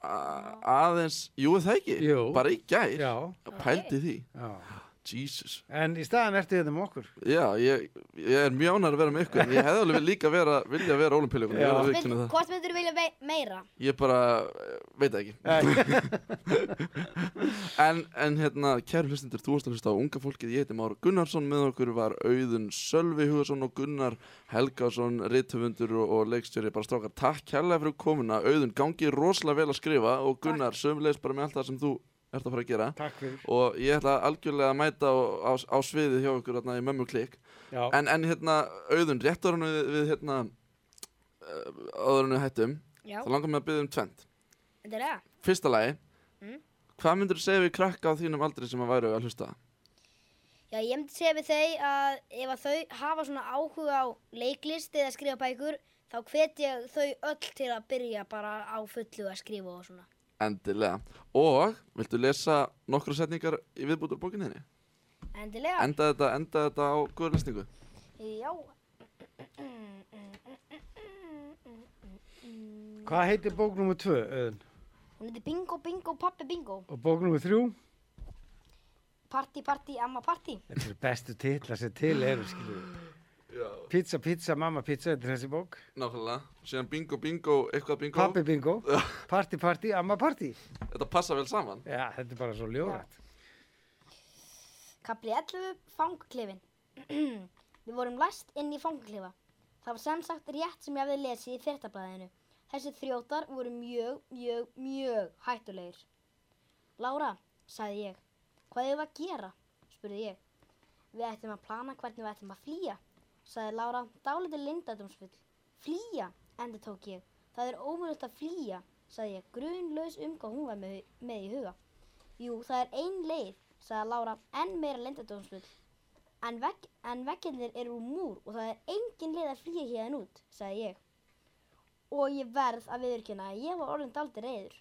Speaker 2: a- aðeins, jú er það ekki
Speaker 4: Jú.
Speaker 2: bara í gær,
Speaker 4: Já.
Speaker 2: pældi því
Speaker 4: Já.
Speaker 2: Jesus,
Speaker 4: En í staðan ertu þetta með okkur.
Speaker 2: já, ég, ég er mjög ánægður að vera með ykkur en ég hefði alveg líka vera, vilja vera ólimpíuleikunum, ég er að
Speaker 3: Vil-
Speaker 2: viðkynna það
Speaker 3: Hvort myndur vilja vei- meira?
Speaker 2: Ég bara eh, veit það ekki en, en hérna, kæru hlustendur, þú varst að hlusta á unga fólkið Ég heiti Már Gunnarsson, með okkur var Auðun Sölvi Hugason og Gunnar Helgason Rithöfundur og, og leikstjóri Bara strákar, takk kærlega fyrir komuna Auðun, gangi rosalega vel að skrifa Og Gunnar, sömulegis bara með allt það sem þú ert að fara að gera
Speaker 4: [LAUGHS] Takk fyrir.
Speaker 2: Og ég ætla algjörlega að mæta á, á, á sviðið hjá okkur þarna í mömmu klikk
Speaker 4: Já.
Speaker 2: en, en hérna, Auðun, rétt áður en við, við hérna, eh, áður en við hættum
Speaker 3: Já,
Speaker 2: þá langar mig að byggja um tvent
Speaker 3: þetta er það.
Speaker 2: Fyrsta lagi
Speaker 3: Mm.
Speaker 2: Hvað myndur þú segja við krakka á þínum aldri sem að væru að hlusta?
Speaker 3: Já, ég myndi segja við þau að ef að þau hafa svona áhuga á leiklist eða skrifa bækur, þá hvet ég þau öll til að byrja bara á fullu að skrifa og svona.
Speaker 2: Endilega Og, viltu lesa nokkra setningar í viðbútur bókinni þinni?
Speaker 3: Endilega.
Speaker 2: Enda þetta, enda þetta á góður lesningu
Speaker 3: Já.
Speaker 4: Hvað heitir bók nr. 2, Öðun?
Speaker 3: [CLEARS THROAT] Hún heitir Bingo Bingo Pappi Bingo.
Speaker 4: Og bók nr. 3?
Speaker 3: Party Party Amma Party.
Speaker 4: Þetta eru bestu titla sem til eru, skiljum við. Pizza, pizza, mamma, pizza, þetta er þessi bók.
Speaker 2: Nákvæmlega, síðan bingo, bingo, eitthvað bingo
Speaker 4: Pappi bingo, party, party, amma, party.
Speaker 2: Þetta passa vel saman
Speaker 4: Já, þetta er bara svo ljóðrætt.
Speaker 3: Kapli 11 Fangaklefin. [CLEARS THROAT] Við vorum læst inn í fangaklefa. Það var sem sagt rétt sem ég hafði lesið í fyrtablaðinu. Þessi þrjótar voru mjög, mjög, mjög hættulegir. Lára, sagði ég. Hvað hefur að gera? spurði ég. Við ættum að plana hvernig við ættum að flýja, sagði Lára dálítið lindadómsfull. Flýja, endur tók ég. Það er ómögulegt að flýja, sagði ég, grunlaus um hvað hún var með, með í huga. Jú, það er ein leið, sagði Lára enn meira lindadómsfull. En, vegg, en veggjarnir eru úr múr og það er engin leið að flýja hérðan út, sagði ég. Og ég verð að viðurkynna að ég var orðin dálítið reyður.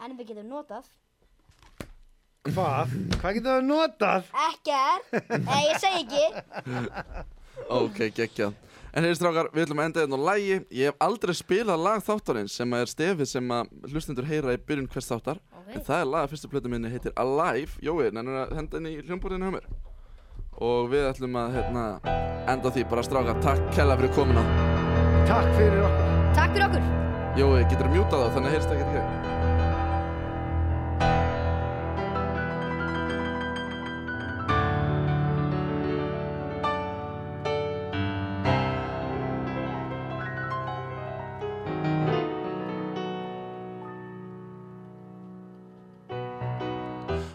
Speaker 3: En við getum notað.
Speaker 4: Hvað? Hvað getur það notað?
Speaker 3: Ekkert! Nei, ég segi ekki.
Speaker 2: Ok, geggja En heyrðu strákar, við ætlum að enda þetta á lægi Ég hef aldrei spilað lag þáttarins sem að er stefið sem að hlustendur heyra í byrjun hvers þáttar En það er lag að fyrstu plötu minni heitir Alive Jói, nennir að henda henni í hljómbúrinu hjá mér Og við ætlum að hérna, enda á því bara strákar Takk kella fyrir komuna
Speaker 4: Takk fyrir okkur.
Speaker 3: Takk fyrir okkur.
Speaker 2: Jói, getur að mjúta þá, þannig að heyrst ekki ekki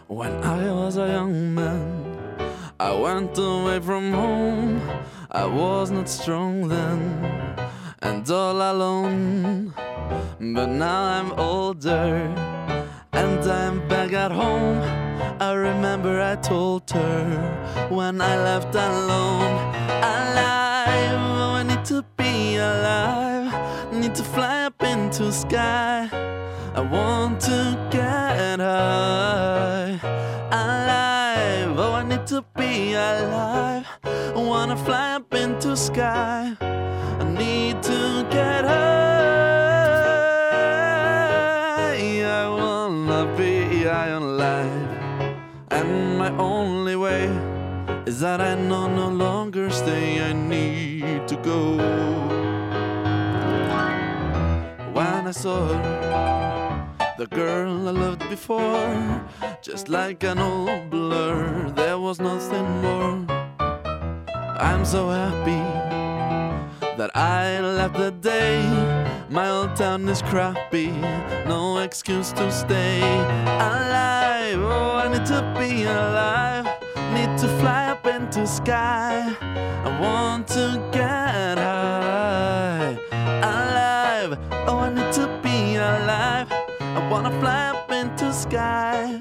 Speaker 2: When I was a young man, I went away from home. I was not strong then, and all alone. But now I'm older, and I'm back at home. I remember I told her when I left alone. Alive, oh, I need to be alive. Need to fly up into sky. I want to get high. Alive, oh, I need to be alive. I wanna fly up into sky. I need to get high. I wanna be alive. And my only way is that I know no longer stay. I need to go. When I saw her the girl I loved before. Just like an old blur, there was nothing more. I'm so happy that I left the day. My old town is crappy, no excuse to stay alive. Oh, I need to be alive, need to fly up into sky. I want to get high, alive. Oh, I need to be alive. I wanna fly up into sky.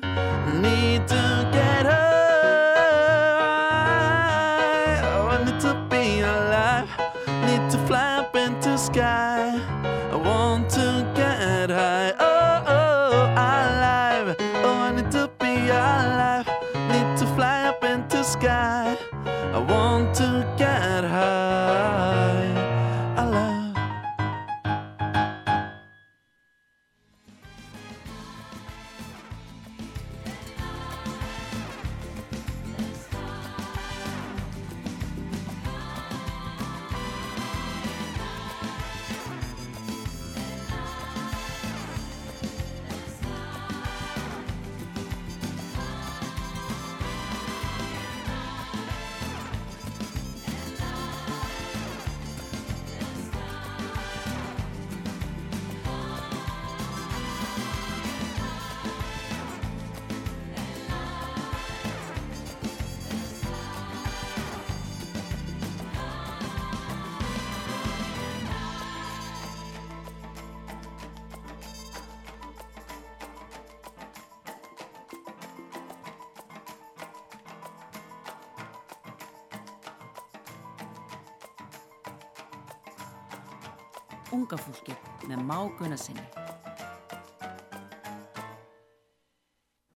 Speaker 2: Need to get high. Oh, I need to be alive. Need to fly up into sky. I want to get high. Oh, oh, alive. Oh, I need to be alive. Need to fly up into sky. I want to get high. Alive.
Speaker 1: Unga fólkið með Má Gunnarsinni.